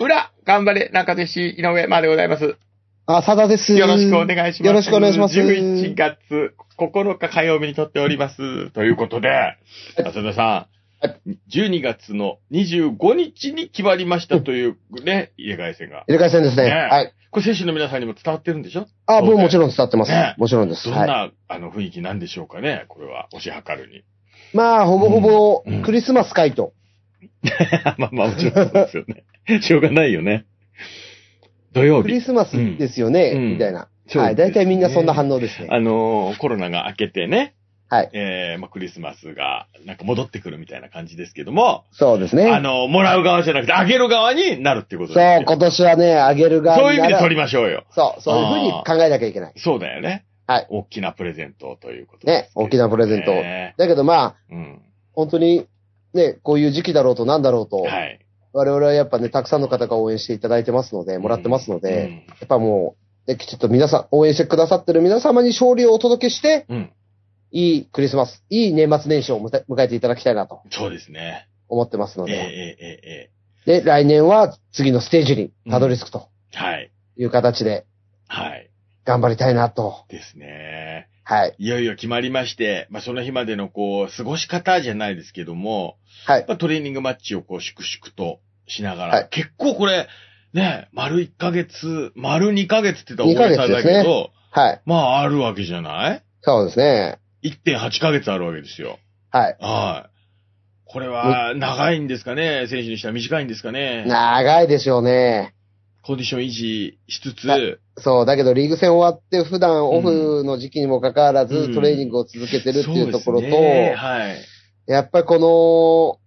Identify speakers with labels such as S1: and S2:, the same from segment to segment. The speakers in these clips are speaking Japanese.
S1: 裏、頑張れ、中西井上までございます。
S2: あ、さだです。
S1: よろしくお願いします。
S2: よろしくお願いします
S1: 11月9日火曜日に撮っております。ということで、浅田さん、12月の25日に決まりましたというね、入れ替え戦が。
S2: 入れ替え戦ですね。
S1: ねえ
S2: はい。
S1: これ選手の皆さんにも伝わってるんでしょそ
S2: あ、
S1: うね
S2: もうもちろん伝わってます
S1: ね。
S2: もちろんです。
S1: どん
S2: はい。
S1: な、あの、雰囲気なんでしょうかね、これは、推し量るに。
S2: まあ、ほぼほ
S1: うんうん
S2: ぼ、クリスマス会と。
S1: まあまあ、もちろんそうですよね。しょうがないよね。土曜
S2: ク
S1: 日
S2: リ。スマスですよね、
S1: うん
S2: みたいな。
S1: そうですね
S2: はい。大体みんなそんな反応ですね。
S1: あのーコロナが明けてね、
S2: はい
S1: えー、まあ、クリスマスが、なんか戻ってくるみたいな感じですけども、
S2: そうですね。
S1: あのーもらう側じゃなくて、あげる側になるっていうこと
S2: そ
S1: で
S2: う、
S1: すよ。
S2: 今年はね、あげる側
S1: そういう意
S2: にな
S1: 味で
S2: ら
S1: 取りましょうよ。
S2: そう、そういうふうに考えなきゃいけない。
S1: そうだよね。
S2: はい
S1: 大きなプレゼントということ
S2: ね、大きなプレ
S1: プ
S2: ゼント。
S1: ね
S2: だけどまあ、
S1: うん。
S2: 本当に、ね、こういう時期だろうとなんだろうと、
S1: はい。
S2: 我々はやっぱね、たくさんの方が応援していただいてますので、もらってますので、やっぱもう、ね、ちょっと皆さん、応援してくださってる皆様に勝利をお届けして、
S1: うん。うん。
S2: いいクリスマス、いい年末年始を迎え迎えていただきたいなと
S1: そうですね。
S2: 思ってますの
S1: えええ
S2: で、
S1: ええ
S2: で、来年は次のステージにたどり着くと
S1: えはい。
S2: いう形で
S1: はい。
S2: 頑張りたいなと、
S1: ですね。
S2: はい、
S1: いよいよ決まりまして、まあ、その日までのこう、過ごし方じゃないですけども、
S2: はい、
S1: まあ、トレーニングマッチをこう、粛々としながら、
S2: はい
S1: 結構これ、ね、丸1ヶ月、丸2ヶ月って言ったら
S2: 二ヶ
S1: 大
S2: 月
S1: げさだけ
S2: です
S1: ど、
S2: はい、
S1: まあ、あるわけじゃない
S2: そうですね、
S1: ?1.8 ヶ月あるわけですよ。
S2: はい。
S1: はい。これは、長いんですかね選手にしたら短いんですかね
S2: 長いでしょうね。
S1: コンディション維持しつつ、
S2: はそう、だけどリーグ戦終わって普段オフの時期にもかかわらず、
S1: うん
S2: トレーニングを続けてるっていうところと、
S1: そうですねはい。
S2: やっぱりこ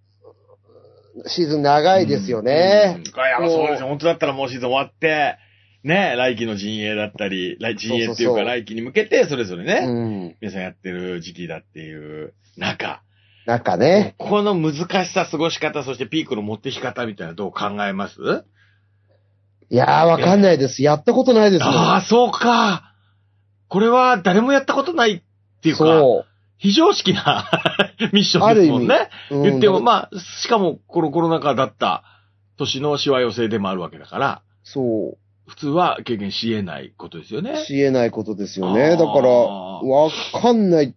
S2: の、シーズン長いですよね。
S1: うん。あいやそうですよ。本当だったらもうシーズン終わって、ね、来季の陣営だったり、来陣営ってい
S2: そううそ
S1: か
S2: うそう
S1: 来季に向けて、それぞれね、
S2: うん。
S1: 皆さんやってる時期だっていう中、
S2: なんかね、
S1: この難しさ、過ごし方、そしてピークの持ってき方みたいなのどう考えます
S2: いやーわかんないです。やったことないですもん
S1: ああ、そうか。これは誰もやったことないっていうか、
S2: そ
S1: 非常識な ミッションですもん
S2: あ
S1: ね。
S2: う。うん
S1: 言っても、まあ、しかもコロコロナ禍だった年のしわ寄せでもあるわけだから、
S2: そ
S1: 普通は経験し得ないことですよ
S2: う。
S1: ね。
S2: し得ないことですよ
S1: あ
S2: ね。
S1: ー
S2: だから、わかんないっ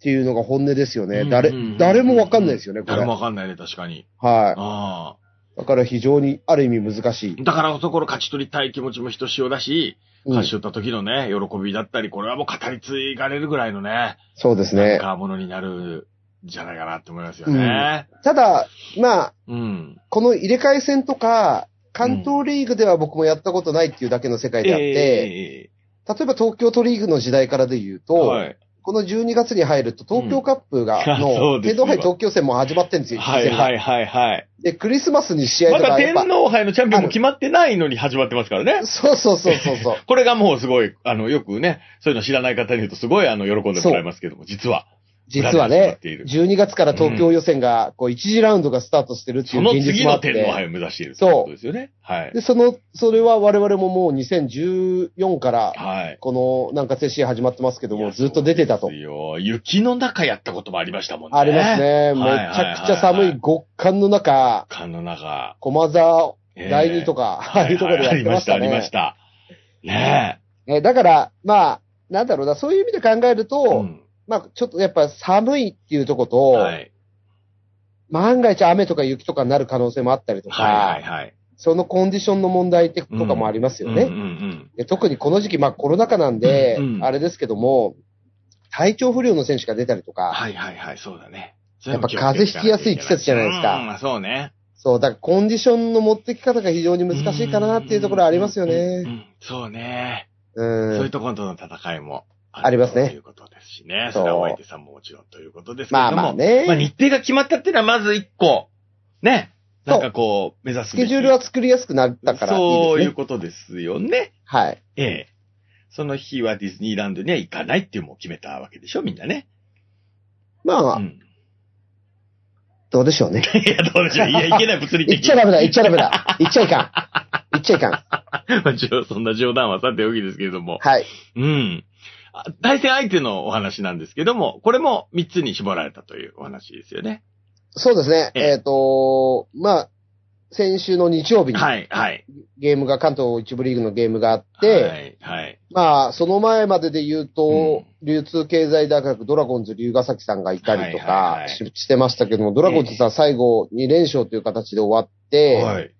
S2: ていうのが本音ですよね。誰、誰もわかんないですよね、これ。
S1: 誰もわかんないね、確かに。
S2: は
S1: あ
S2: い。だから非常に、ある意味難しい
S1: あ。。だからこそこの勝ち取りたい気持ちもひとしおだし、
S2: うん
S1: 勝ち取った時のね、喜びだったり、これはもう語り継がれるぐらいのね、
S2: そうです
S1: な
S2: ね
S1: ん。かものになるんじゃないかなって思いますよね。
S2: ただ、まあ、
S1: うん。
S2: この入れ替え戦とか、関東リーグでは僕もやったことないっていうだけの世界であって、
S1: え
S2: 例えば東京都リーグの時代からで言うと、
S1: えはい。
S2: この12月に入ると東京カップが、
S1: うん そ
S2: の、
S1: うです
S2: 天
S1: よ
S2: 皇杯東京戦も始まってんですよ。
S1: はい
S2: 一戦が
S1: はいはいはい。
S2: で、クリスマスに試合
S1: ま
S2: と
S1: だ
S2: かや
S1: 天
S2: っぱ、
S1: 皇杯のチャンピオンも決まってないのに始まってますからね。
S2: そうそうそうそう そう。
S1: これがもうすごい、あの、よくね、そういうの知らない方に言うとすごい、あの、喜んでもらいますけども、実は。
S2: 実は
S1: 裏で始まっ
S2: ね、
S1: ている
S2: 12月から東京予選が、こう、1次ラウンドがスタートしてるってい
S1: そうの
S2: 現
S1: 次
S2: 実もあ
S1: の
S2: って。
S1: 天皇杯を目指していると
S2: そう
S1: いうことですよね。はい。
S2: で、その、それは我々ももう2014から、
S1: はい。
S2: この、なんか接種始まってますけど
S1: い
S2: も、
S1: や
S2: ずっと出てた
S1: そ
S2: と
S1: うで。すよ。雪の中やったこともありましたもんね。
S2: あります。ね。めち
S1: はい
S2: ゃくちゃ寒い極寒の中、
S1: 缶の中。
S2: 駒沢
S1: ええ
S2: 第二とか、ああいうところでやってました
S1: はいはいありま
S2: ね
S1: し。た、ありました。ね
S2: えだから、まあ、なんだろうな、そういう意味で考える
S1: え。
S2: と、
S1: うん
S2: まあ、ちょっとやっぱ寒いっていうとこと、
S1: はい。
S2: 万が一雨とか雪とかになる可能性もあったりとか、
S1: はいはいはい。
S2: そのコンディションの問題ってとかもありますよね。
S1: うんうんうん。
S2: で特にこの時期、まあコロナ禍なんで、
S1: うんうん
S2: あれですけども、体調不良の選手が出たりとか、
S1: はいはいはい、そうだね。
S2: やっぱ風邪ひきやすい季節じゃないですか
S1: うん、そうね。
S2: そう、だからコンディションの持ってき方が非常に難しいかなっていうところありますよ
S1: うんう
S2: ね。
S1: んそうね。
S2: うん。
S1: そういうところとの戦いも
S2: ありますね
S1: ということですしね。
S2: そう
S1: それはお相手さんももちろんということですけれ
S2: ま
S1: ど
S2: あ
S1: も。
S2: まあね。
S1: まあ日程が決まったっていうのはまず一個、ね。なんかこう、目指す
S2: ス
S1: べき。
S2: ケジュールは作りやすくなったからい
S1: そい
S2: いうで
S1: う
S2: すね。
S1: ことですよね。
S2: はい。
S1: ええ。その日はディズニーランドには行かないっていうのも決めたわけでしょ、みんなね。
S2: まあ、
S1: うん、
S2: どうでしょうね。
S1: いや、どうでしょう。いや、行けない物理
S2: 言っ
S1: 的
S2: ちゃダメだ、言っちゃダメだ。言っちゃいかん。言っちゃいかん。
S1: まあ冗そんな冗談はさておきですけれども。
S2: はい。
S1: うん。あ対戦相手のお話なんですけども、これも3つに絞られたというお話ですよね。
S2: そうですね。
S1: ええ
S2: えっ、と、まあ、先週の日曜日に
S1: はい、はい。
S2: ゲームが、関東一部リーグのゲームがあって、
S1: はい、はい。
S2: まあ、その前までで言うと、流通経済大学ドラゴンズ龍ヶ崎さんがいたりと
S1: はいはいは
S2: か
S1: い
S2: し,、てましたけども、ドラゴンズさん最後2連勝という形で終わって、
S1: はい。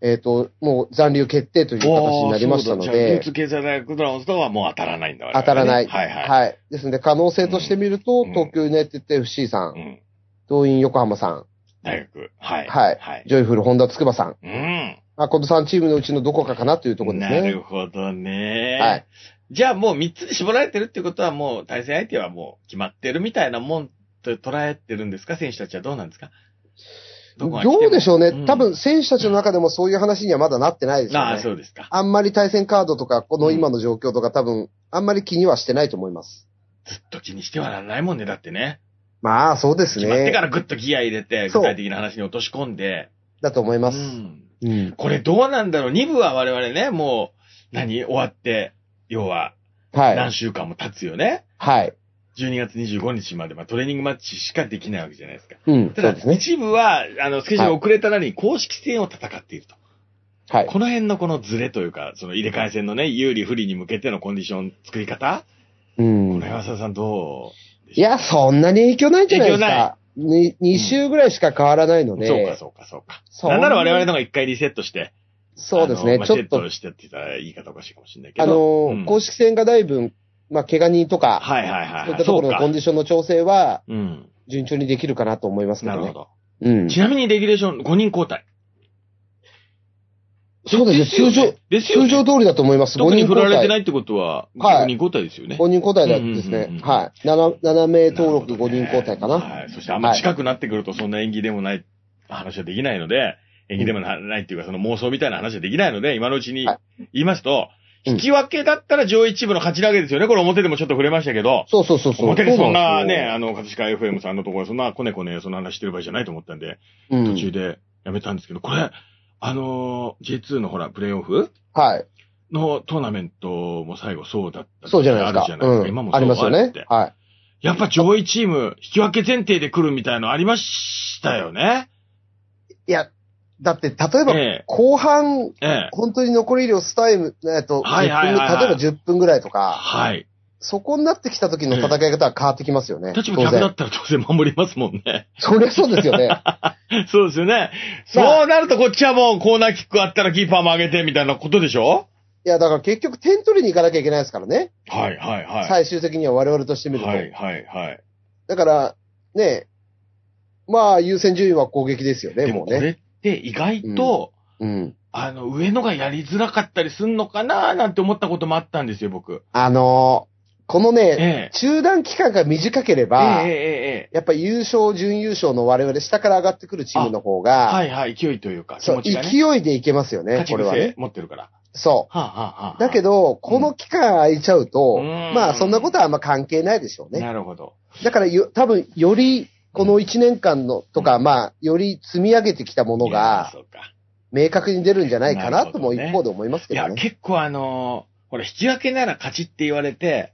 S2: えっ、と、もう残留決定という形になりました
S1: お
S2: の
S1: ーそうだじゃあ
S2: で
S1: 流、通経済大学ドラゴンズとはもう当たらないんだ
S2: 当たらない。
S1: はい、はい。
S2: はい。ですので、可能性として見ると、
S1: うん
S2: 東京ユナイテッド FC さん
S1: う、ん。
S2: 東院横浜さん、
S1: 大学。はい。
S2: はい
S1: はい。
S2: ジョイフル本田筑波さん、
S1: うん。
S2: まあ、この3チームのうちのどこかかなというところです
S1: な
S2: ね。
S1: るほどね。
S2: はい。
S1: じゃあもう3つに絞られてるってことはもう対戦相手はもう決まってるみたいなもんと捉えてるんですか選手たちはどうなんですか
S2: どうでしょうね、多。
S1: どこが来ても
S2: 分選手たちの中でもそういう話にはまだなってないで
S1: うん
S2: すよね。
S1: ああ、そうですか。
S2: あんまり対戦カードとか、こ
S1: う
S2: の
S1: ん
S2: 今の状況とか多分、あんまり気にはしてないと思います。
S1: ずっと気にしてはならないもんね、だってね。
S2: まあ、そうです
S1: 決まってか
S2: ね。
S1: らぐっとギア入れて、
S2: そ
S1: 具
S2: う
S1: 体的な話に落とし込んで。
S2: だと思いうます。
S1: ん。
S2: うん。
S1: これどうなんだろう ?2 部は我々ね、もう、何終わって、要は、
S2: は
S1: 何
S2: い。
S1: 週間も経つよね。
S2: はい。
S1: 12月25日まで、まあ、トレーニングマッチしかできないわけじゃないですか。
S2: うん。
S1: た
S2: そう
S1: だ
S2: です、ね。
S1: 一部は、あの、スケジュール遅れたなりに公式戦を戦っていると。
S2: はい。
S1: この辺のこのズレというか、その入れ替え戦のね、有利不利に向けてのコンディション作り方、こ
S2: うん
S1: の。山沢さんど
S2: いや、そんなに影響ないんじゃないですか。に2週ぐらいしか変わらないの
S1: う、
S2: で。
S1: そうかそうかそうか。
S2: そん
S1: な
S2: なん
S1: なら我々の方が一回リセットして、
S2: そうです
S1: あ
S2: ね
S1: の。まあ
S2: ちょ
S1: セ
S2: っ
S1: ット
S2: と、
S1: してって言ったら言い方おかしいかもしれないけど。
S2: あの
S1: う
S2: ー、
S1: ん
S2: 公式戦がだいぶ、まあ、怪我人とか、
S1: はいはいは
S2: そういった
S1: い。
S2: と
S1: そ
S2: こ
S1: う
S2: ろの
S1: か
S2: コ。ンディションの調整は、
S1: うん。
S2: 順調にできるかなと思いますけ
S1: なる
S2: ど
S1: ほ
S2: ね。
S1: ど。
S2: うん。
S1: ちなみにレギュレーション5人交代。
S2: そうですね。
S1: よ
S2: 通常、
S1: ね。ですよ
S2: 通
S1: ね
S2: 常通りだと思います。。
S1: 特に振られてないいってことは、
S2: はい
S1: 5人交代ですよね。
S2: 5人交代なんです
S1: うんうんうん
S2: ね。
S1: うん
S2: はい。7、7名登録
S1: なるほど
S2: 5
S1: ね
S2: 人交代かな。
S1: はい。そしてあんま近くなってくるとそんな演技でもない話はできないので、演技でもなないっていうかその妄想みたいな話はできないので、今のうちに
S2: は
S1: 言いますと、
S2: うん
S1: 引き分けだったら上位チームの勝ち投げですよね。これ表でもちょっと触れましたけど、
S2: そうそうそうそう。
S1: 表でそんな
S2: うです
S1: ね、
S2: よ
S1: あの、葛飾 FM さんのところそんなコネコネそんな話してる場合じゃないと思ったんで、
S2: う
S1: 途中
S2: ん。
S1: でやめたんですけど、これ、あのー、J2 のほら、プレイオフ
S2: はい。
S1: のトーナメントも最後そうだった。
S2: そうじゃないです
S1: あるじ
S2: か。
S1: ゃないですか。今
S2: う
S1: も
S2: ん。
S1: そう
S2: ありますよ
S1: あるっ
S2: ね
S1: て。
S2: はい。
S1: やっぱ上位チーム、引き分け前提で来るみたいのありましたよね。
S2: いや、だって、例え
S1: え
S2: ば、後半、
S1: え、ええ。
S2: 本当に残り量スタイム、えっと、
S1: はいはいはいはい
S2: 10分例えば10分ぐらいとか、
S1: はい。
S2: そこになってきた時の戦い方は変わってきますよね。
S1: 立場
S2: 当
S1: 逆だ
S2: 然。
S1: ったら当然守りますもんね。
S2: そりゃそうですよね。
S1: そうですよね。
S2: まあ
S1: そうなるとこっちはもうコーナーキックあったらキーパーも上げてみたいなことでしょ
S2: いや、だから結局点取りに行かなきゃいけないですからね。
S1: はいはいはい。
S2: 最終的には我々としてみると。
S1: はいはいはい。
S2: だから、ね、まあ、優先順位は攻撃ですよね、
S1: で
S2: も
S1: も
S2: う
S1: こ
S2: ね。
S1: れって意外と、
S2: うん。
S1: あの、上野がやりづらかったりすんのかななんて思ったこともあったんですよ、僕。
S2: あのーこの
S1: え
S2: ね、
S1: え。
S2: 中断期間が短けれ
S1: ええ
S2: ば、
S1: ええええ。
S2: やっぱり優勝、準優勝の我々、下から上がってくるチームの方が、
S1: はいはい、勢いというか、気
S2: そ
S1: 持
S2: う、
S1: ちがね。
S2: 勢いでいけますよね
S1: 勝、ち
S2: これはね
S1: 癖。持ってるから。は
S2: そ
S1: あ、はあはあはあ
S2: う。だけど、この期間空いちゃうと、
S1: うん
S2: まあ、そんなことはあんま関係ないでしょうね。
S1: なるほど。
S2: だからよ、多分、より、この1年間のとか、まあ、より積み上げてきたもの
S1: いや
S2: が、
S1: そうか。
S2: 明確に出るんじゃない
S1: な
S2: かな
S1: る
S2: と
S1: ほど
S2: も
S1: ね
S2: 一方で思います
S1: い
S2: けど
S1: や、
S2: ね。
S1: 結構あのーほら、引き分けなら勝ちって言われて、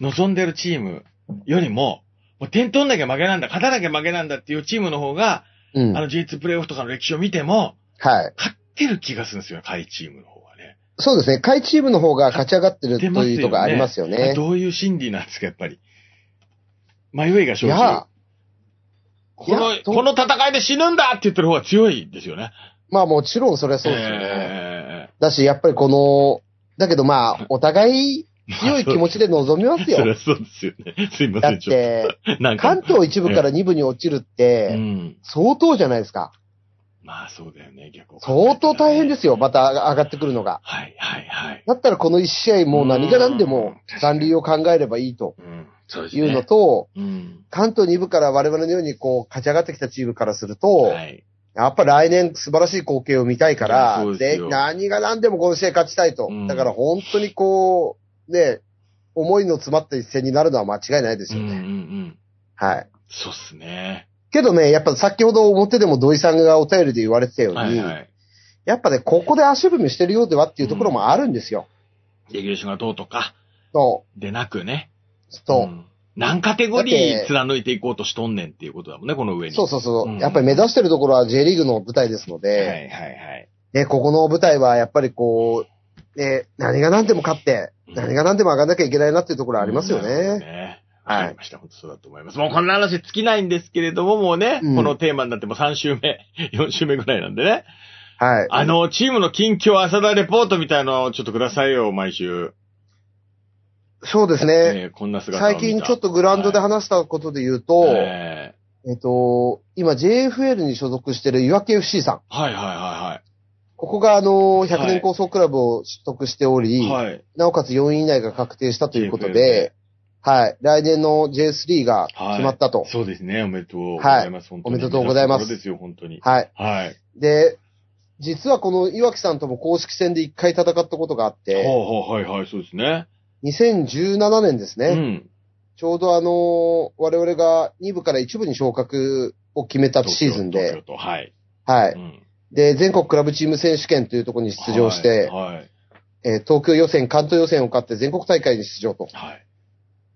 S1: 望んでるチームよりも、もう点取んなきゃ負けなんだ、勝たなきゃ負けなんだっていうチームの方が、
S2: うん。
S1: あ
S2: は
S1: の J2 プレイオフとかの歴史を見ても、
S2: い。
S1: 勝ってる気がするんですよ、下位チームの方はね。
S2: そうですね。下位チームの方が勝ち上がってるというとこありますよね。
S1: どういう心理なんですか、やっぱり。迷いが生
S2: い
S1: じる。
S2: や、
S1: この
S2: いや、と
S1: この戦いで死ぬんだって言ってる方が強いですよね。
S2: まあもちろんそれはそうですよね。
S1: え
S2: だし、やっぱりこの、だけどまあ、お互い
S1: え
S2: 強い気持ちで臨みま す
S1: そり
S2: よ。
S1: ゃそうですよね。すいま
S2: だ
S1: せ
S2: っ、
S1: ん、ちょってと。なんか
S2: 関。東一部から二部に落ちるっ
S1: う
S2: て、
S1: ん。
S2: 相当じゃないですか。
S1: まあそうだよね、逆を考えたら
S2: 相
S1: ね
S2: 当大変ですよ、また上がってくるのが。
S1: はいはいはい。
S2: だったらこの一試合もう何が何でも残留を考えればいいと
S1: うん。そうです
S2: い
S1: ね。
S2: うのと、
S1: うん。
S2: 関東2部から我々のようにこう勝ち上がってきたチームからすると、
S1: はい。
S2: やっぱ来年素晴らしい光景を見たいから
S1: いやそう、です
S2: で
S1: よ
S2: 何が何でもこの試合勝ちたいと。
S1: うん
S2: だから本当にこう、ね、思いの詰まった一戦になるのは間違いないです
S1: うん
S2: よ
S1: うんう
S2: ね。
S1: ん。
S2: はい。
S1: そうっすね。
S2: けどね、やっぱ先ほど表でも土井さんがお便りで言われてたように、
S1: はいはい。
S2: やっぱね、ここで足踏みしてるようではっていうところもあるんですよ。
S1: レギュレーションがどうとか、
S2: そ
S1: でなくね。
S2: う。そう。
S1: ん何カテゴリ
S2: だっ
S1: ー
S2: て
S1: 貫いていこうとしとんねんっていうことだもんね、この上に。
S2: そうそうそう。
S1: うん
S2: やっぱり目指してるところは J リーグの舞台ですの
S1: はい
S2: で、
S1: はいはい。
S2: ね、ここの舞台はやっぱりこう、ね、何が何でも勝って、何が何でも上がんなきゃいけないなっていうところありますよ
S1: うん
S2: ね。。
S1: わかりました。本当そうだと思います。もうこんな話尽きないんですけれども、もうね、
S2: うん
S1: このテーマになってもう3週目、4週 目ぐらいなんでね。
S2: はい。
S1: あの、チームの近況浅田レポートみたいのをちょっとくださいよ、毎週。
S2: そうですね。
S1: ね、こんな姿を見
S2: 最
S1: た。
S2: 近ちょっとグラウンドで話したことで言うと、
S1: え
S2: えっと、今 JFL に所属してるいわけ FC さん。
S1: ーはいはいは
S2: ここがあの、100
S1: はい
S2: 年構想クラブを取得してお
S1: い
S2: り、
S1: はい。はい。
S2: なおかつ4位以内が確定したということで、はい。来年の J3 が決まったと。
S1: そうですね、おめでとうございます。本当に
S2: おめでとうございます
S1: そうですよ、本当に。
S2: はい。
S1: はい。
S2: で、実はこの岩木さんとも公式戦で一回戦ったことがあって、
S1: ほうほう、はいはい、そうですね。
S2: 2017年ですね。
S1: うん。
S2: ちょうどあの我々が2部から1部に昇格を決めたシーズン
S1: 東京
S2: で、
S1: とはい。
S2: は
S1: う
S2: い。
S1: ん
S2: で、全国クラブチーム選手権というところに出場して、
S1: はい。はい
S2: えー東京予選、関東予選を勝って全国大会に出場と。
S1: はい。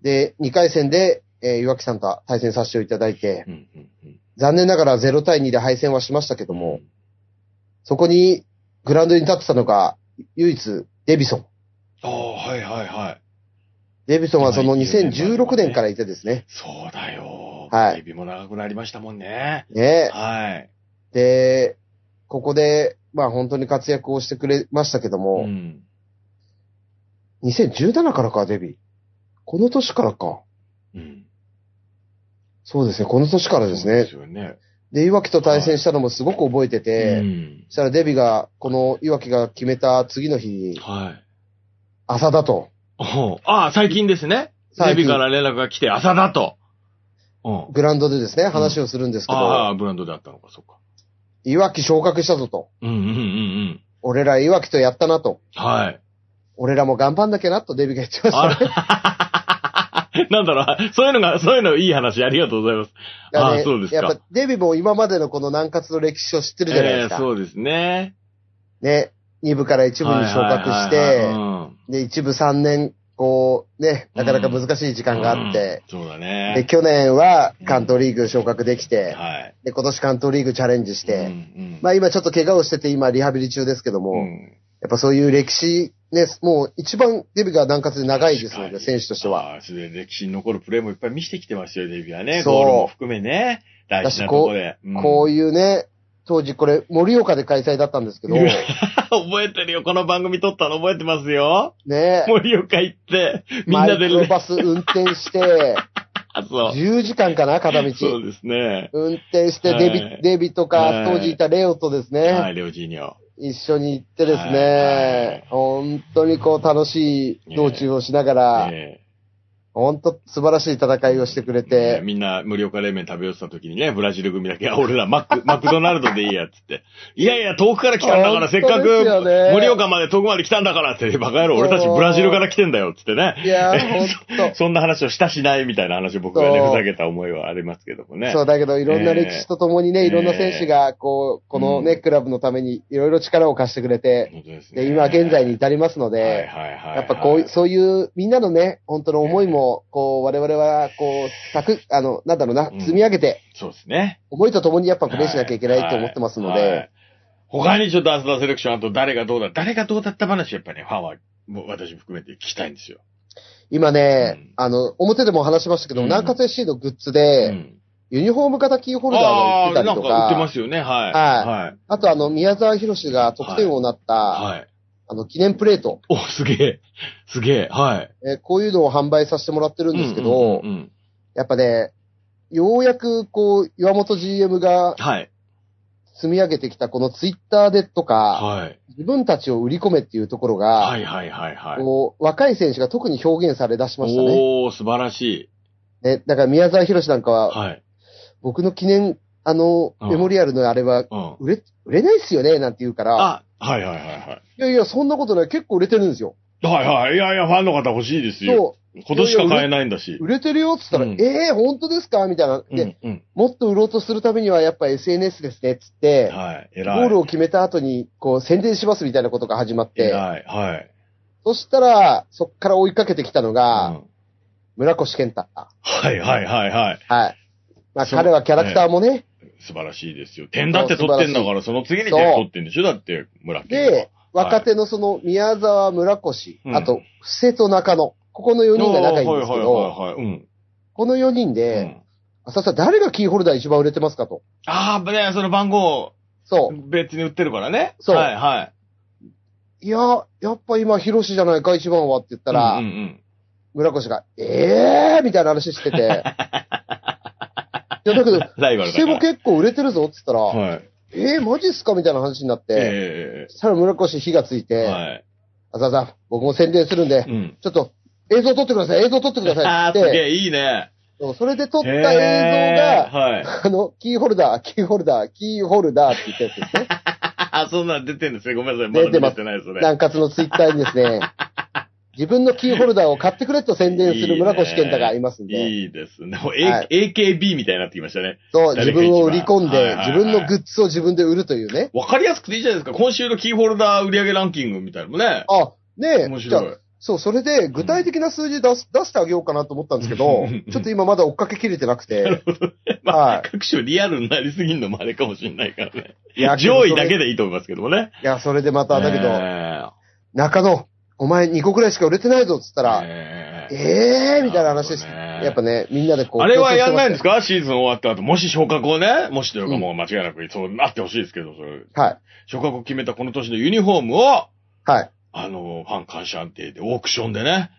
S2: で、2回戦で、えー岩木さんと対戦させていただいて、
S1: うんうんうん。
S2: 残念ながら0対2で敗戦はしましたけども、そこにグラウンドに立ってたのが、唯一、デビソン。
S1: ああ、はいはいはい。
S2: デビソンはその
S1: はい
S2: 2016年からいてですね。
S1: そうだよ。
S2: はい
S1: 指も長くなりましたもんね。
S2: ね
S1: はい。
S2: で、ここで、まあ本当に活躍をしてくれましたけど
S1: う
S2: も、
S1: ん。
S2: 2017からか、デビ。この年からか。
S1: うん。
S2: そうですね、この年からです
S1: そ
S2: ね。
S1: うですよね。
S2: で、いわきと対戦したのもすごく覚えて
S1: う
S2: て、
S1: ん
S2: そしたらデビが、このいわきが決めた次の日に、
S1: はい。
S2: 朝だと。
S1: おうああ、最近ですね。テレ
S2: 最
S1: ビ
S2: 近
S1: から連絡が来て、朝だと。うん。
S2: グラウンドでですね、話をするんですけ
S1: あ
S2: ど、
S1: あ、ブランドであったのか、そっか。
S2: いわき昇格したぞと。
S1: うんうんうんうん。
S2: 俺らいわきとやったなと。
S1: はい。
S2: 俺らも頑張んなきゃなとデビが言ってました
S1: あら、
S2: ね。
S1: なんだろう、そういうのが、そういうのいい話、ありがとうございます。
S2: だ
S1: あーそうですか
S2: やっぱデビも今までのこの南葛の歴史を知ってるじゃないで
S1: え
S2: す
S1: え
S2: か。
S1: そうですね。
S2: ね。2部から1部に昇格し
S1: はいはい
S2: て
S1: はい、はいうん
S2: で、1部3年、こう、ね、なかなか難しい時間があって、
S1: うんそうだ
S2: で、
S1: ね。
S2: 去年は関東リーグ昇格できて、
S1: はい。
S2: で、今年関東リーグチャレンジし
S1: うん
S2: て、
S1: うん
S2: まあ今ちょっと怪我をしてて今リハビリ中ですけども、
S1: うん
S2: やっぱそういう歴史、ね、もう一番デビが南葛で長いですの
S1: 確か
S2: で、
S1: に
S2: 選手としては。
S1: ああ、それで歴史に残るプレーもいっぱい見せてきてますよ、デビューはね。
S2: そう
S1: ゴールも含めね。大事なとこで。
S2: こう
S1: い
S2: いうね、当時これ、盛岡で開催だったんですけど、
S1: いや
S2: ね、
S1: うん。 覚えてるよ、この番組撮ったの覚えてますよ。森岡行って、みんなで
S2: マイクロ
S1: ね。
S2: バス運転して、
S1: あそう。
S2: 10時間かな、片道。
S1: そうですね。
S2: 運転して
S1: はい
S2: デビ、デビと
S1: は
S2: か
S1: い、
S2: 当時いたレオとですね、
S1: はい、レオジーニョ。
S2: 一緒に行ってですね、
S1: はい
S2: 本当にこう楽しい道中をしながら、
S1: え
S2: 本当素晴らしい戦いをしてくれ
S1: えね
S2: て、
S1: みんな、無料化冷麺食べよってた時にね、ブラジル組だけ、あ俺らマック、マクドナルドでいいや、つ って。いやいや、遠くから来たんだから、
S2: 本当
S1: せ
S2: で
S1: っ
S2: す
S1: か
S2: よね
S1: く、無料化まで遠くまで来たんだからって、バカ野郎、俺たちブラジルから来てんだよ、つってね。
S2: いやー、 本
S1: そんな話をしたしないみたいな話を僕がね、
S2: そう
S1: ふざけた思いはありますけども
S2: 当。
S1: ね。
S2: そうだけど、いろんな歴史とともにね、
S1: ええ
S2: いろんな選手が、こう、このね、
S1: うん
S2: クラブのためにいろいろ力を貸してくれて、
S1: 本当ですね。
S2: で今現在に至りますので、
S1: はいはいはい。
S2: やっぱこういう、そういう、みんなのね、本当の思いも、こう、我々は、こう、たく、あの、なんだろうな
S1: うん、
S2: 積み上げて、
S1: そうですね。
S2: 思いとともにやっぱプレイしなきゃいけないと思ってますの
S1: はいは
S2: で
S1: い、他にちょっとアンサーセレクション、あと誰がどうだ、誰がどうだった話、やっぱね、ファンは、もう私も含めて聞きたいんですよ。
S2: 今
S1: うん
S2: ね、あの、表でも話しましたけど、
S1: うん
S2: 南葛 FC のグッズ
S1: う
S2: で、
S1: ん
S2: ユニフォーム型キーホルダー
S1: あ
S2: を売っ
S1: あ
S2: てた
S1: ー、な
S2: り
S1: ん
S2: と
S1: か売ってま
S2: か、
S1: すよね、はい。
S2: はあとあの、宮沢博士が得点王になった、
S1: はい。はい。
S2: あの、記念プレート、
S1: お、すげえ。すげえ。はい。
S2: えーこういうのを販売させてもらってるんですけど
S1: うんう、んうん
S2: やっぱね、ようやく、こう、岩本 GM が
S1: はい。
S2: 積み上げてきた、このツイッターでとか、
S1: はい。
S2: 自分たちを売り込めっていうところが、
S1: はいはいはいはい。
S2: こう若い選手が特に表現され出しましたね。
S1: おー、素晴らし
S2: ねだから宮沢博士なんか
S1: い。
S2: は、
S1: はい。
S2: 僕の記念、あの、
S1: うん
S2: メモリアルのあれは、
S1: うん。
S2: 売れ、売れないっすよね、なんて言うから、
S1: あ、はいはいはいはい。
S2: いやいや、そんなことない、結構売れてるんですよ。
S1: はいはい。いやいや、ファンの方欲しいですよ。
S2: そ
S1: 今年しか買えないんだし
S2: う、。売れてるよって言ったら、
S1: うん
S2: ええー、本当ですかみたいな。
S1: う
S2: で、
S1: ん、うん。
S2: もっと売ろうとするためには、やっぱ SNS ですね、っつって、
S1: はい。
S2: ゴ
S1: 偉い。
S2: ールを決めた後に、こう、宣伝しますみたいなことが始まって、
S1: 偉い。はい。
S2: そしたら、そっから追いかけてきたのが、
S1: うん
S2: 村越健太。
S1: はいはいはいはい。
S2: はい。まあ
S1: そう
S2: 彼はキャラクターもね、
S1: 素晴らしいですよ。点だって取ってんだから、その次に点取ってんでしょだって、村木。
S2: で、若手のその宮沢村越、
S1: うん
S2: あと、布施と中野。ここの4人が仲いいんですけ
S1: お
S2: ど、
S1: ーはいはいはいはい。うん。
S2: この4人
S1: う
S2: で、
S1: ん
S2: 浅田さん誰がキーホルダー一番売れてますかと。
S1: ああ、ね、その番号、
S2: そう。
S1: 別に売ってるからね。
S2: そう
S1: はいはい。
S2: いや、やっぱ今、ヒロシじゃないか、一番はって言ったら、
S1: うんうんうん
S2: 村越が、ええーみたいな 話してて。いや、だけど、
S1: ライバルだか
S2: 布
S1: ら。
S2: 施も結構売れてるぞって言ったら、
S1: はい。
S2: えー、マジっすかみたいな話になって、
S1: え
S2: そしたら村越火がつい
S1: え。
S2: て、
S1: はい。
S2: あざあざ、僕も宣伝するんで、
S1: うん。
S2: ちょっと映像撮ってください、映像撮ってくだ
S1: あ
S2: さ い
S1: あ、す
S2: って言って、
S1: げえ、いいね。
S2: そうそれで撮った映像
S1: へ
S2: が、
S1: ーはい。
S2: あの、キーホルダー、キーホルダー、キーホルダーって言ったやつですね。
S1: あ、そんなん出てんですね。ごめんなさい。まだ
S2: 出て
S1: 出
S2: ます
S1: てないですね。
S2: 南葛のツイッターにで すね、自分のキーホルダーを買ってくれと宣伝する村越健太がいますんで、
S1: いいですね。もう、
S2: は
S1: A AKB みたいになってきましたね。
S2: そう、
S1: 誰
S2: 自
S1: が一
S2: 分
S1: 番
S2: を売り込ん
S1: はいは
S2: で
S1: いは、い
S2: 自分のグッズを自分で売るというね。
S1: わかりやすくていいじゃないですか。今週のキーホルダー売り上げランキングみたいなのもね。
S2: あ、ね
S1: 面
S2: え、じゃ
S1: 白
S2: あ
S1: い。
S2: そう、それで具体的な数字出す、出してあげようかなと思ったんですけ
S1: う
S2: ど
S1: ん、
S2: ちょっと今まだ追っかけきれてなくて、
S1: まあ、
S2: はい
S1: 各種リアルになりすぎるのもあれかもしれないからね。
S2: い や
S1: 上位だけでいいと思いますけどもね。
S2: いや、それでまた、だけど、
S1: え
S2: 中野、お前2個くらいしか売れてないぞっつった
S1: ー
S2: ら、
S1: えー
S2: ええーみたいな話して、
S1: なるほどね
S2: やっぱね、みんなでこう。
S1: あれはやんないんです
S2: か
S1: かシーズン終わった後、もし昇格をね、もしというか
S2: うん
S1: もう間違いなくそうなってほしいですけど、それ
S2: はい。
S1: 昇格を決めたこの年のユニフォームを、
S2: はい。
S1: あの、ファン感謝デーでオークションでね、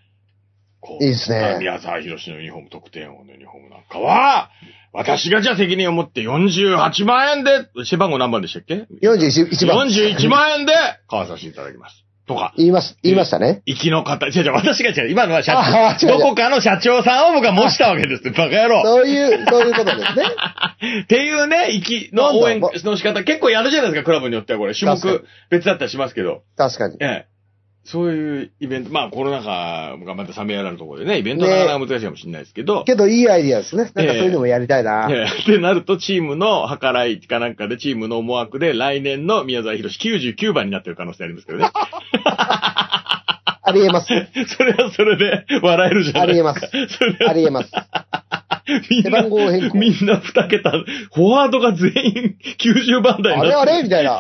S1: こ
S2: いいですね
S1: 宮沢博士のユニフォーム、特典王のユニフォームなんかは、私がじゃあ責任を持って48万円で、背番号何番でしたっけ
S2: 41番。
S1: 41万円で買わさせていただきます。とか、
S2: 言います、言いましたね。
S1: 行きの方、違う違う、私が違う、今のは社
S2: あー違う違
S1: 長、
S2: う
S1: どこかの社長さんを僕は模したわけですよ、バカ野郎。
S2: そういう、そういうことですね。
S1: っていうね、行き
S2: なん
S1: の
S2: だ
S1: 応援の仕方、結構やるじゃないですか、クラブによってはこれ。種
S2: 確
S1: 目別だったりしますけど。
S2: 確かに。
S1: ええ。そういうイベント、まあコロナ禍がまた冷めやらぬところでね、イベントはなかなか難しいかもしれないですけど、
S2: けど、いいアイディアですね。なんかそう
S1: ええ
S2: いうのもやりたいな。
S1: ええってなるとチームの計らいかなんかでチームの思惑で来年の宮沢博士99番になってる可能性ありますけ どね。
S2: ありえます。
S1: それはそれで笑えるじゃな
S2: ありえ
S1: い。
S2: ます。
S1: それ
S2: あ
S1: は
S2: りえます。
S1: み
S2: 背
S1: んな
S2: 番、号変更。
S1: みんな2桁、フォワードが全員90番台
S2: あ
S1: になって
S2: れ
S1: る
S2: あれみたいな。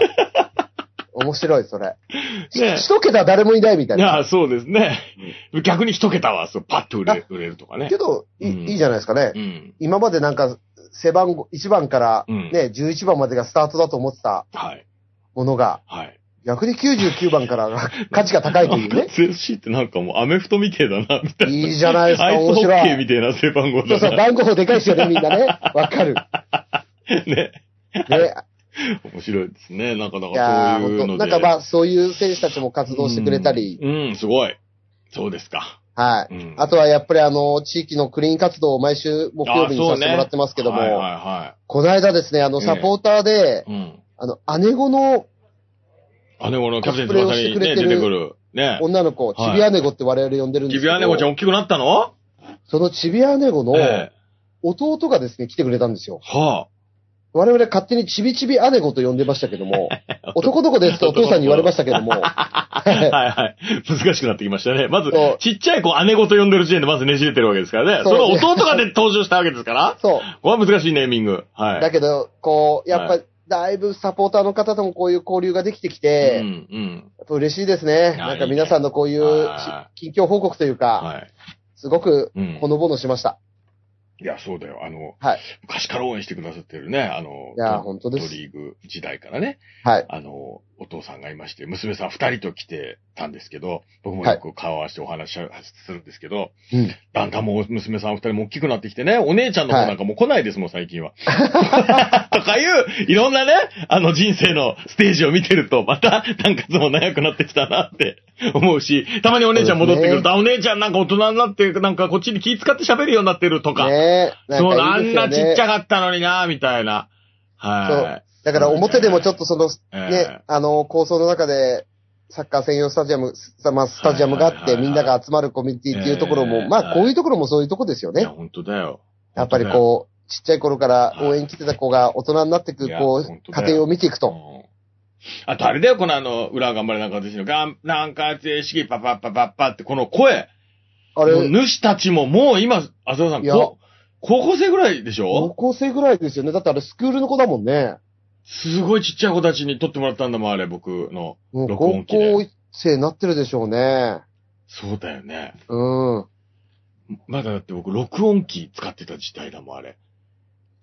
S2: 面白い、それ。
S1: ねえ
S2: し一桁誰もいないみたい
S1: い
S2: な。
S1: や、そうですね。逆に一桁は、そう、パッと売れ売れるとか ね
S2: け。ど、い
S1: うん
S2: いいじゃないですかね
S1: う。ん。
S2: 今までなんか、背番号、1番から
S1: うん
S2: ね、11番までがスタートだと思ってた
S1: はい。
S2: ものが、
S1: はい。
S2: 逆に99番からが価値が高いとい うね。
S1: ZC ってなんかもうアメフトみてえだな、みたいな。
S2: いいじゃないです
S1: ア
S2: か、
S1: イスホ
S2: 面
S1: ッケー
S2: 白い。
S1: みたいな背番号
S2: そうそ
S1: だ
S2: う、
S1: な。
S2: 番号でかいですよね、みんなね。わかる。
S1: ね。
S2: ね。
S1: 面白いですね。なんか、だ
S2: い
S1: か
S2: や
S1: ら
S2: ー
S1: そういう
S2: 本
S1: の
S2: 当
S1: で。
S2: なんかまあ、そういう選手たちも活動してくれたり、
S1: うん。うん、すごい。そうですか。
S2: は
S1: う
S2: い。
S1: ん。
S2: あとはやっぱりあの、地域のクリーン活動を毎週木曜日にさせてもらってますけど
S1: はい
S2: も、
S1: は
S2: この間ですね、あの、
S1: ええ
S2: サポーターで、
S1: いはい。うん。
S2: あの、姉子の
S1: あの、このキャプテン翼にね、出てくる。ね。
S2: 女の子、
S1: はい
S2: ちびあねごって我々呼んでるんで
S1: 指
S2: すけど、
S1: 輪猫ちゃん大きくなったの
S2: そのちびあねごの
S1: ええ。
S2: 弟がですね、来てくれたんですよ。
S1: は
S2: 我々勝手にちびちび姉子と呼んでましたけ ども、男の子ですとお父さんに言われましたけども、
S1: あ。はいはい。難しくなってきましたね。まず
S2: そ、う
S1: ちっちゃい子姉子と呼んでる時点でまずねじれてるわけですからね。そ
S2: そう
S1: の弟がで登場したわけですから。
S2: そう。
S1: これは難しいネーミング。はい。
S2: だけど、こう、やっ
S1: は
S2: ぱ、だいぶサポーターの方ともこういう交流ができて
S1: う
S2: きて、
S1: ん、うん。
S2: やっぱ嬉しいですね。
S1: いや
S2: なんか皆さんのこうい
S1: い
S2: う
S1: いね
S2: し
S1: は
S2: 近況報告というか、
S1: はい。
S2: すごく
S1: うん
S2: ほ。のぼのしました。
S1: いや、そうだよ。あの、
S2: はい
S1: 昔から応援してくださってるね、あの、
S2: いや
S1: ト
S2: 本当です
S1: トリーグ時代からね、
S2: はい。
S1: あの、お父さんがいまして、娘さん二人と来てたんですけど、僕もよく顔を合わせてお話しするんですけど、
S2: うん
S1: だんだんもう娘さん二人も大きくなってきてね、お姉ちゃんの方なんかもう来ないですもん、最近は。 とかいう、いろんなね、あの人生のステージを見てると、また、なんかも長くなってきたなって思うし、たまにお姉ちゃん戻ってくると、あお姉ちゃんなんか大人になって、なんかこっちに気使って喋るようになってるとか、
S2: ねえ。
S1: そうだ、
S2: な
S1: あ
S2: んかいい
S1: ん
S2: です
S1: なち
S2: よね
S1: っちゃかったのにな、みたいな。は
S2: だから表でもちょっとその、
S1: い。
S2: ね、あの、構想の中で、サッカー専用スタジアム、スまあ、スタジアムがあっ
S1: はいはいはい
S2: て、
S1: はい
S2: みんなが集まるコミュニティっていうところ
S1: ええ
S2: も、まあ、こういうところもそういうとこですよ
S1: えいや、
S2: ね。
S1: 本当だよ。
S2: やっぱりこう、ちっちゃい頃から応援来てた子が大人になって
S1: い
S2: く
S1: や、
S2: こ
S1: 本当
S2: う、
S1: だ
S2: 家
S1: よ
S2: 庭を見ていくと。
S1: うんあとあれだよ、このあの、裏頑張れなんか私の、がん、なんか、しき、パパッパパッパって、この声。
S2: あ
S1: もう
S2: れ、
S1: 主たちももう今、浅田さん、
S2: いや
S1: こ高校生ぐらいでし
S2: 高
S1: ょ
S2: 校生ぐらいですよね。だってあれスクールの子だもんね。
S1: すごいちっちゃい子たちに撮ってもらったんだもん、あれ、僕の。
S2: もう
S1: 録音
S2: 高
S1: 機で
S2: 校生になってるでしょうね。
S1: そうだよね。
S2: うん。
S1: まだだって僕、録音機使ってた時代だもん、あれ。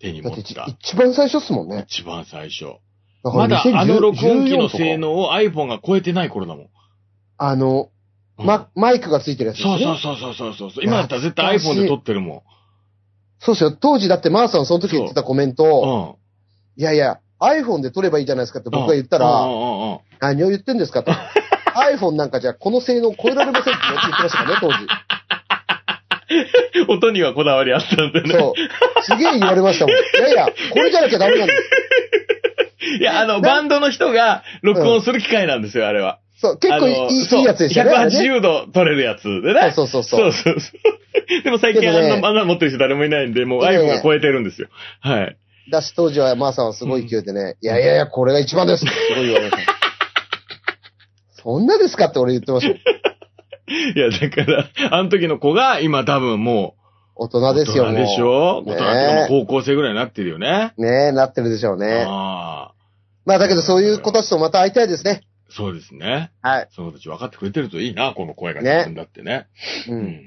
S1: 手に
S2: だ
S1: 持
S2: って
S1: っ
S2: 一
S1: た。
S2: 一番最初っすもんね。
S1: 一番最初。
S2: だから
S1: まだあの
S2: 2014
S1: 録音機の性
S2: とか。
S1: 能を iPhone が超えてない頃だもん。
S2: あの、
S1: うん
S2: ま、マイクがついてるやつです
S1: そ
S2: ね。
S1: うそうそうそうそうそう。今だったら絶対 iPhone で撮ってるも
S2: そうっすよ。当時だってマーさんその時言ってたコメン
S1: ん。
S2: ト、
S1: うん。
S2: いやいや、iPhone で撮ればいいじゃないですかって僕が言った
S1: うんう
S2: ら、
S1: んうんうん
S2: 何を言ってんですかと。iPhone なんかじゃこの性能超えられませんって言ってましたからね、当時。
S1: 音にはこだわりあったんだよ ね。
S2: そう。すげえ言われましたもん。いやいや、これじゃなきゃダメなんです。
S1: いや、あの、バンドの人が録音する機械なんですよ、あれは。
S2: そう、結構い
S1: あの
S2: いいい
S1: そう
S2: いいやつでしたね。あれね
S1: 180度撮れるやつでね。
S2: そうそうそう
S1: そ
S2: そうう。
S1: そうそう。でも最近
S2: で
S1: あ
S2: もね
S1: んなあんな持ってる人誰もいないんで、もう
S2: でもね
S1: iPhone が超えてるんですよ。はい。
S2: だし当時はマーさんはすごい勢いでね、いやいやいや、これが一番ですってすごい言われました。そんなですかって俺言ってましたもん。
S1: いや、だから、あの時の子が今多分も
S2: 大
S1: う、
S2: 人ですよ、
S1: 大
S2: もう。
S1: 人でしょ大人
S2: ね
S1: ってい
S2: え
S1: うかもう高校生ぐらいになってるよね。
S2: ねえ、なってるでしょうね。
S1: ああ。
S2: まあだけどそういう子たちとまた会いたいですね。
S1: そうですね。
S2: はい。
S1: その子たち分かってくれてるといいな、この声が
S2: ね
S1: 自分だってね。
S2: う。
S1: うんん。なる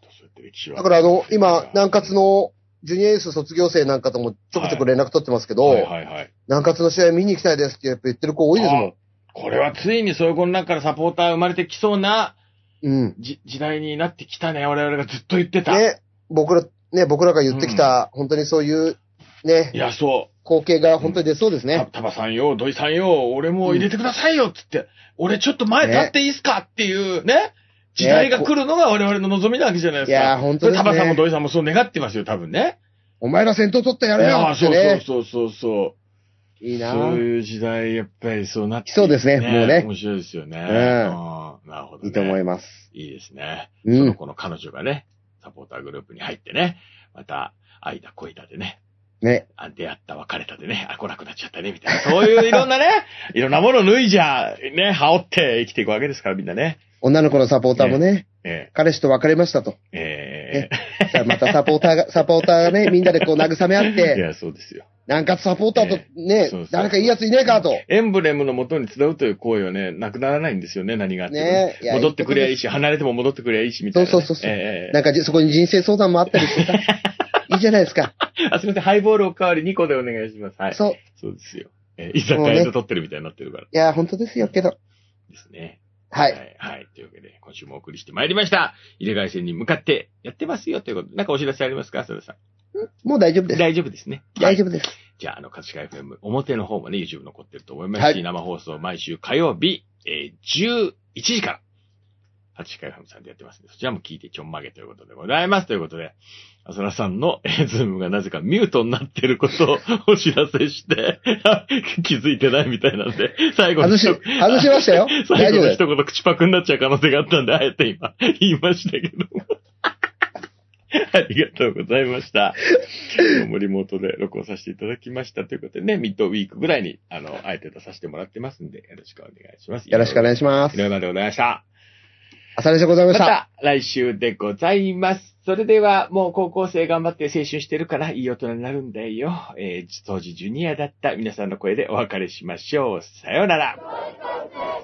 S1: ほど、そうやって歴史は。
S2: だからあの、今、南葛のジュニアユース卒業生なんかともちょくちょく連絡取ってますけど、
S1: はいはいはい。
S2: 南葛の試合見に行きたいですってやっぱ言ってる子多いですも
S1: あ
S2: ん。
S1: これはついにそういう子の中からサポーター生まれてきそうな
S2: うん。
S1: じ時代になってきたね。我々がずっと言ってた。
S2: ね、僕ら、ね、僕らが言ってきた、本当にそういう、ね
S1: い、や、そ
S2: 光景が本当に出そうです
S1: う。た
S2: ね。
S1: タバさんよ、土井さんよ、俺も入れてくださいよ、つって、俺ちょっと前立っていいっすかっていうね、時代が来るのが我々の望みなわけじゃないです
S2: い
S1: か。
S2: やー、本
S1: そ
S2: 当
S1: れ
S2: です
S1: タバさんも
S2: ね。
S1: 土井さんもそう願ってますよ、多分ね。
S2: お前ら先頭取ったや
S1: い
S2: れよ
S1: やー
S2: っ
S1: そ
S2: て
S1: う
S2: ね。
S1: そうそうそう
S2: いい
S1: そう。
S2: な
S1: そう
S2: ぁ
S1: いう時代、やっぱりそうなって
S2: 来そうですね、もうね。
S1: 面白いですよね。うん
S2: ん
S1: なるほど、ね。
S2: いいと思います。
S1: いいですね。
S2: うん
S1: その子の彼女がね、サポーターグループに入ってね、また、愛だ恋だでね、
S2: ね。
S1: あ出会った別れたでね、あ、来なくなっちゃったね、みたいな。そういういろんなね、 いろんなもの脱いじゃ、ね、羽織って生きていくわけですから、みんなね。
S2: 女の子のサポーターもね、
S1: え
S2: 彼氏と別れましたと。
S1: ええ
S2: さあまたサポーターが、サポーターがね、みんなでこう慰め合っ
S1: え い
S2: て、
S1: や、そうですよ。
S2: なんかサポーターと
S1: え
S2: ね
S1: そうそう、
S2: 誰かいいやついねえかと。
S1: エンブレムの元に集うという行為はね、なくならないんですよね、何があっても
S2: ねいや
S1: 戻ってくりゃいいし、離れても戻ってくりゃいいし、みたいなね、
S2: そうそうそうそう
S1: ええ
S2: なんかじそこに人生相談もあったりして さ、いいじゃないですか。
S1: あ、すみません、ハイボールおかわり2個でお願いします。はい。
S2: そう。い
S1: そうですよ。ええ居酒屋で撮ってるみたいになってるから
S2: や、本当ですよ、けど。
S1: ですね。
S2: は。
S1: はいい。というわけで、今週もお送りしてまいりました。入れ替え戦に向かってやってますよということで、なんかお知らせありますか、浅田さ
S2: もう大丈夫で
S1: ん。
S2: す。
S1: 大丈夫ですね。
S2: 大丈夫です。
S1: じゃあ、あの、葛飾 FM、表の方もね、YouTube 残ってると思いますし、
S2: はい
S1: 生放送毎週火曜日、えー、11時から、葛飾 FM さんでやってますんで、そちらも聞いてちょんまげということでございます。ということで、浅田さんの、えーズームがなぜかミュートになってることをお知らせして、 気づいてないみたいなんで、最後に
S2: 外し、外しましたよ。
S1: 最
S2: 大
S1: 後
S2: 丈
S1: の
S2: 夫です。
S1: 一言口パクになっちゃう可能性があったんで、あえて今、言いましたけども。 ありがとうございました。今日もリモートで録音させていただきましたということでね、ミッドウィークぐらいに、あの、あえて出させてもらってますんで、よろしくお願いします。
S2: よろしくお願いします
S1: い。ろいろでございました。
S2: 朝飯でございま
S1: ま
S2: した。
S1: た来週でございます。それでは、もう高校生頑張って青春してるからいい大人になるんだよ。えー当時ジュニアだった皆さんの声でお別れしましょう。さようなら。
S3: 「